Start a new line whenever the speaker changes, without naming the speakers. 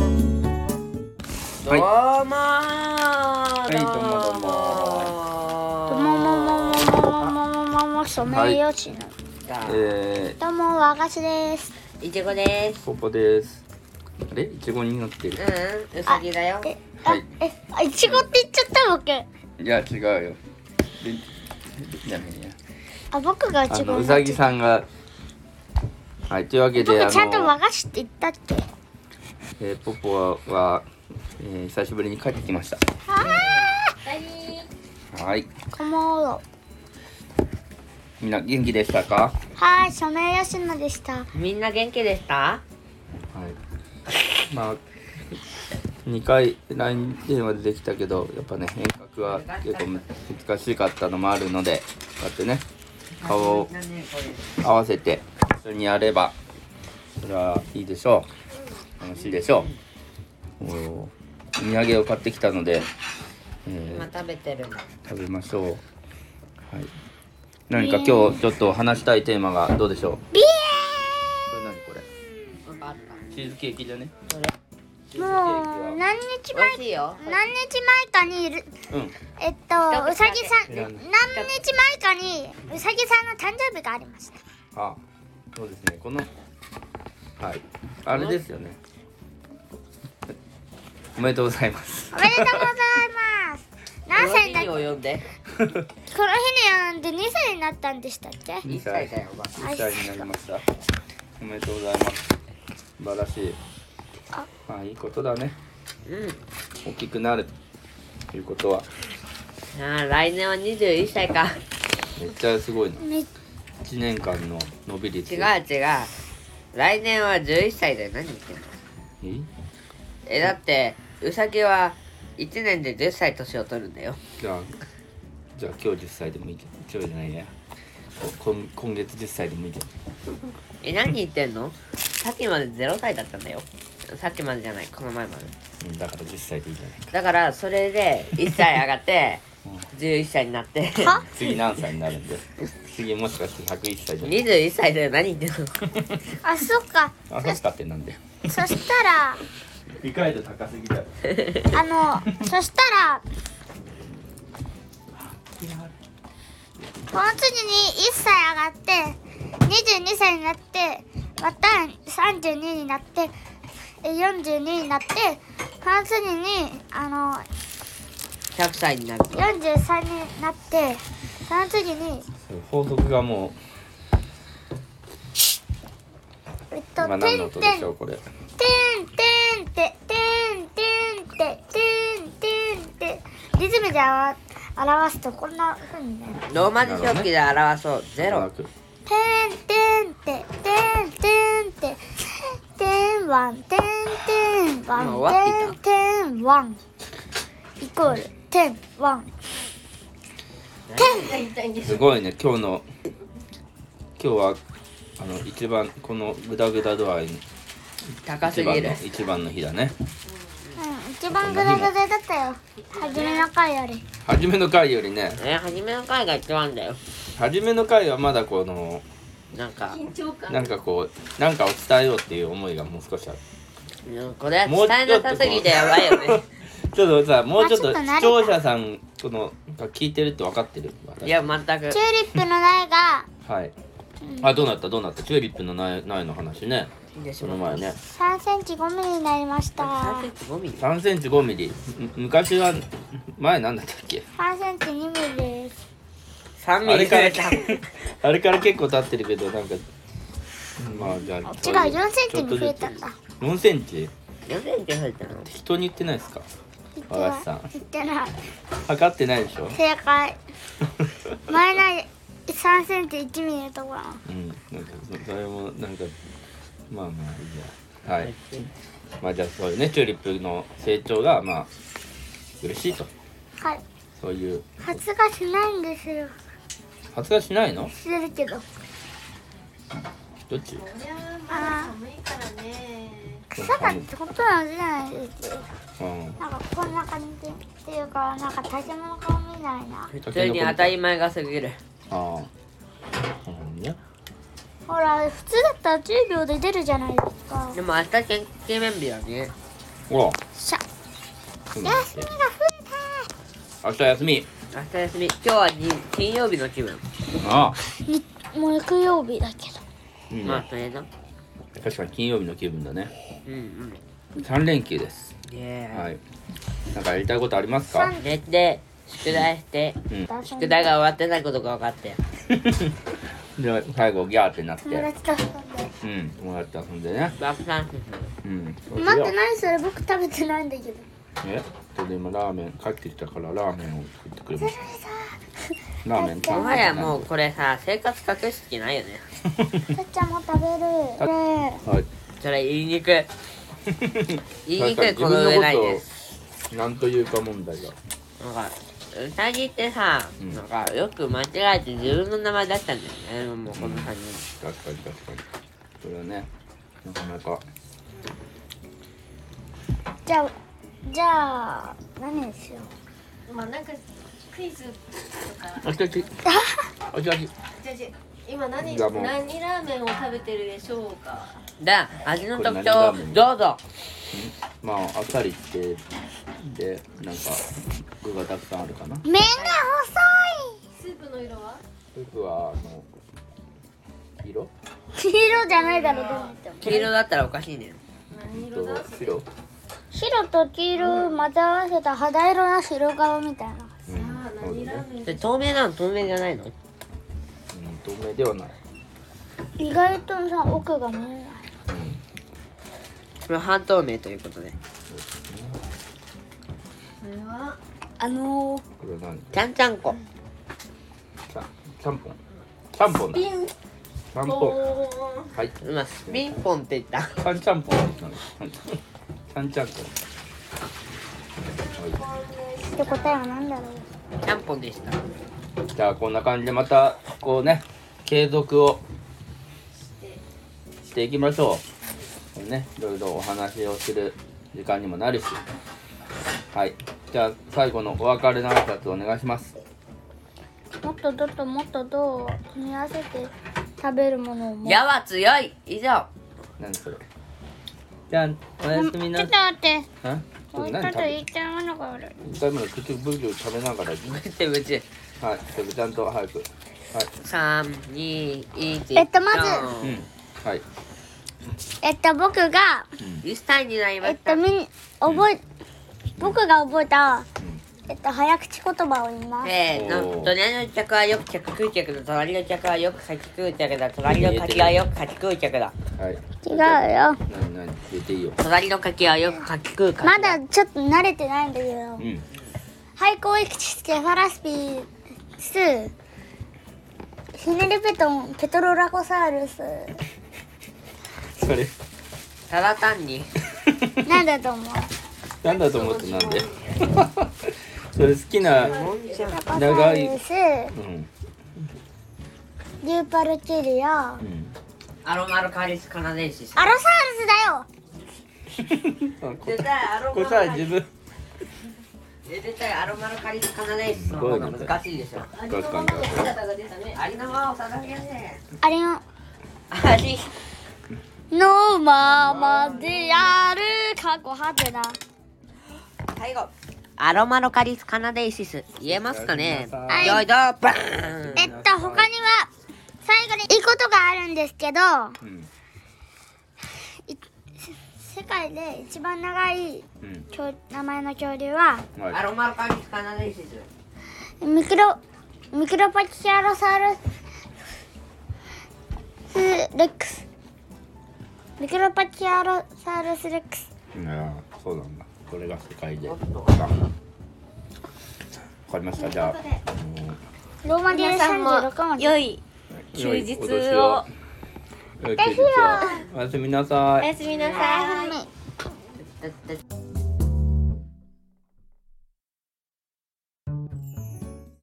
どうもー、どうも
いどうもどうも
もももももももももソメイヨシノ。
え
どうもわがしです。
いちごです
ー、ポッポです。あれ、いちごになって
う
る。
んうさぎだよ
え、
は
あ
い、
え、あいちごって言っちゃった
いや、違うよ。ででダメや。
僕。あ、僕がい
あ
ちご
の、
に
う
なっ
さ
て
ぎ
る。
さんが。はい、というわけで、あ
僕ちゃんと和
の、
菓子って言ったっけ？
えー、ポッポは、えー、久しぶりに帰ってきました。はい、
こもろ。
みんな元気でしたか。
はーい、ソメイヨシノでした。
みんな元気でした
はい。まあ。2回 LINE 電話でできたけどやっぱね変革は結構難しかったのもあるのでこうやってね顔を
何こ
合わせて一緒にやればそれはいいでしょう楽しいでしょうおーお土産を買ってきたので、
れ
え
今
ー
食べてるの
食べましょうはい何か今日ちょっと話したいテーマがどうでしょう
ビ
これ何これ
分かった
チーズケーキだね
それ
チーズケーキ
エー。もう
は
何
美
日前
味しいよ
何日前かにいる
うん
えっと
一口
うさぎさん
いら
何
ない
日前かにうさぎさんの誕生日がありました。
あそうですねこのはいあれですよねおめでとうございます
おめでとうございます。何歳だっ
この日に及んで
この日に読んで2歳になったんでしたっけ
二
一歳だよおば
1歳になりましたおめでとうございます素晴らしい
あ
まあいいことだね
うん
大きくなるということは
あー来年は21歳か
めっちゃすごいな
めっ
1年間の伸び率
違う違う来年は11歳だよ何言ってんの
え
えだってうさぎは1年で10歳年を取るんだよ
じゃあじゃあ今日10歳でもいいけど今日じゃないやこ今今月10歳でもいいけど
え何言ってんのさっきまで0歳だったんだよさっきまでじゃないこの前まで
うんだから10歳でいいじゃないか
だからそれで1歳上がって11歳になって
は
次何歳になるんで次もしかして101歳じゃない
21歳だよ何言ってんの
あ、そっか。
あさしかってなんで
そしたら、
理解度高すぎだよ
あの、そしたら、この次に1歳上がって、22歳になって、また32になって、え42になって、この次に、あの、
100歳になると
43になって、その次に、
法則がもう
えっと、
今
て
何
ん
の
て
音で
ん、て
しょうこれ
んてんて、てんてんて、てんてんて、リズムであわ表すとこんな風になる。
ローマ字表記で表そうゼロ
てんてんてんてんてんててんわんてんてんわ
もうん終わ
て
っ
んてんわんイコールてんわん
すごいね今日の今日はあの一番このグダグダ度合い
高す
一番
ぎる
の一番の日だね
うん一番グダグダだったよ初めの回より
初めの回よりね
え初めの回が一番だよ
初めの回はまだこの
なんか
なんかこうなんかを伝えようっていう思いがもう少しある
うんこれは伝えなさすぎてやばい よね
ちょっとさもうちょっと
まあちょっと慣れた
視聴者さんこのが聞いてるって分かってる
いや全く
チューリップの苗が
はいあどうなったどうなったチューリップの苗苗の話ねその前ね
3センチ5ミリになりました
3センチ5ミリ
3センチ5ミリむ昔は前なんだったっけ
3センチ2ミリです
3ミリ増えた
あれから結構経ってるけどなんかまあじゃあ違う
違う4センチに増えたんだ
4センチ
4センチ増えたの
適当に言ってないですか
言って
和菓子さ
なんい言ってない
測ってないでし ょ
正解前の3センチ1ミリのところ
うんなんかそそれもなんかまあまあいいやはいまあじゃあそういうねチューリップの成長がまあ嬉しいと
はい
そういう
発芽しないんですよ
発芽しないの
してるけど
どっち
あー草がってほとんどじゃないです
うん
なんかこんな感じっていうかなんか建物が見えないな
普通に当たり前がすぎる
ああなるほどね
ほら普通だったら10秒で出るじゃないですか
でも明日研究面日だね
ほ
しゃ
ら、うん
休みが増え
明日休み。
明日休み今日はに金曜日の気分
ああ、
たにもう木曜日だけど
いいね
まあそれな
確かに金曜日の気分だね。
うんうん
三連休です。は
ね
い。なんかやりたいことありますか？
え寝て宿題して
うん。
宿題が終わってないことが分かって
で最後ギャーってなって、
友達と遊んで
うん、友達と遊んでね。
爆散する
うん。
待って何それ僕食べてないんだけど
え、ちょっと今ラーメン帰ってきたからラーメンを作ってくれまし
それさ
た。ラーメン
も
食
は
べ
や
て
もうこれさ生活隠す気ないよね
たっちゃんも食べる
た
ね
はい。
それ言いにくい言いにくいこ
んか
の
自分
上ないです
ことをなんというか問題が。
なんか、うさぎってさ、
うん
なんかよく間違えて自分の名前出したんだよね、もうこの3人。
確かに確かに。それはね、なかなか。
じゃあじゃあ何にしよう
まあなんかクイズとか
あちあち。あちあち。
じゃあじゃあ今何
じゃあもう
何ラーメンを食べてるでしょうか
だ、味の特
これ何ラ
徴
ーメン
どうぞ
まああっさりしてでなんか具がたくさんあるかな。
麺が
スープの色は
僕はあの色？
細い黄色じゃないだろうでも
黄色だったらおかしいね。
何
と
色だ
白。
白と黄色を混ぜ合わせた肌色の白顔みたいな
う
ああ
そう
何
だ
ラ
ね
ーメン
で、透明なの透明じゃないの
うん透明ではない。
意外とさ奥が見えない
これ半透明ということで。
それは
あのー、
これは何？
ちゃんちゃんこ。
ちゃちゃんぽん。ちゃんぽんだ。
ピン
ちゃんぽん。
ポーン
はい。
今、スピンポンって言った。
ちゃんちゃんぽん。ちゃんちゃんぽん。は
って答えは何だろう
ちゃんぽんでした。
い。じゃあこんな感じでまたこうね継続をしていきましょう。これねいろいろお話をする時間にもなるし。はい。じゃあ最後のお別れの挨拶お願いします。
もっとどっともっとどう組み合わせて食べるものをも
矢は強い以上
何それじゃあおやすみな
ちょ
さ
っ
い
と待って
あ
もう一
何食
回と言
べ
いたいものがある
一回目の口ブリブリ食べながら
ぶちぶち。
はいちょっとちゃんと早く
3、2、1。
えっとまず
うん
ず、
はい
えっと僕が
1歳になりま
えっ
した
と。みん覚え、僕が覚えた
ん、
えっと、早口言葉を言います
せー
お
の、
ー
隣の客はよく客食う客だ、隣の客はよく先食う客だ、隣の柿はよく柿食う客だ、
はい
違うよ
何何出ていいよ
隣の柿はよく柿食う柿
まだちょっと慣れてないんだけど、
うん
はい、こういくちつけファラスピース、ひねりペトン、ペトロラコサウルス、
それ
ただ単に、
なんだと思う
なんだと思ってなんでそれ好きな
ラコサ
長
ウ
い
ルス、
うん
リューパルキリア、アロ
アロ
うん
マルカリスカナデンシス。
サウルスだよ
あこ
絶対アロ
これ
マ
さ
ルカリ
自分
絶対アロマルカリスカナデンシスの方が難しいでしょ。
ありのままの姿が出たね
ありのまを探しやね。
あれの、
あり、
ノーマまでやる、過去ハテナ。
最後。アロマルカリスカナデンシス、言えますかね
はい
よいど、バーン
えっと、他には、最後にいいことがあるんですけど、
うん
世界で一番長い
うん
恐名前の恐竜は、
ア
はい
ロマルカリスカナデンシス。
ミクロミクロパキアロサウルスレックスミクロパキアロサウルスレックス
いやーそうなんだこれが世界で
お
わ
っと
かりましたじゃあうん
ローマ字で36文字
良い
良い
休日を
お年を良い休日をおやすみなさい
おやすみなさい
はい
だだ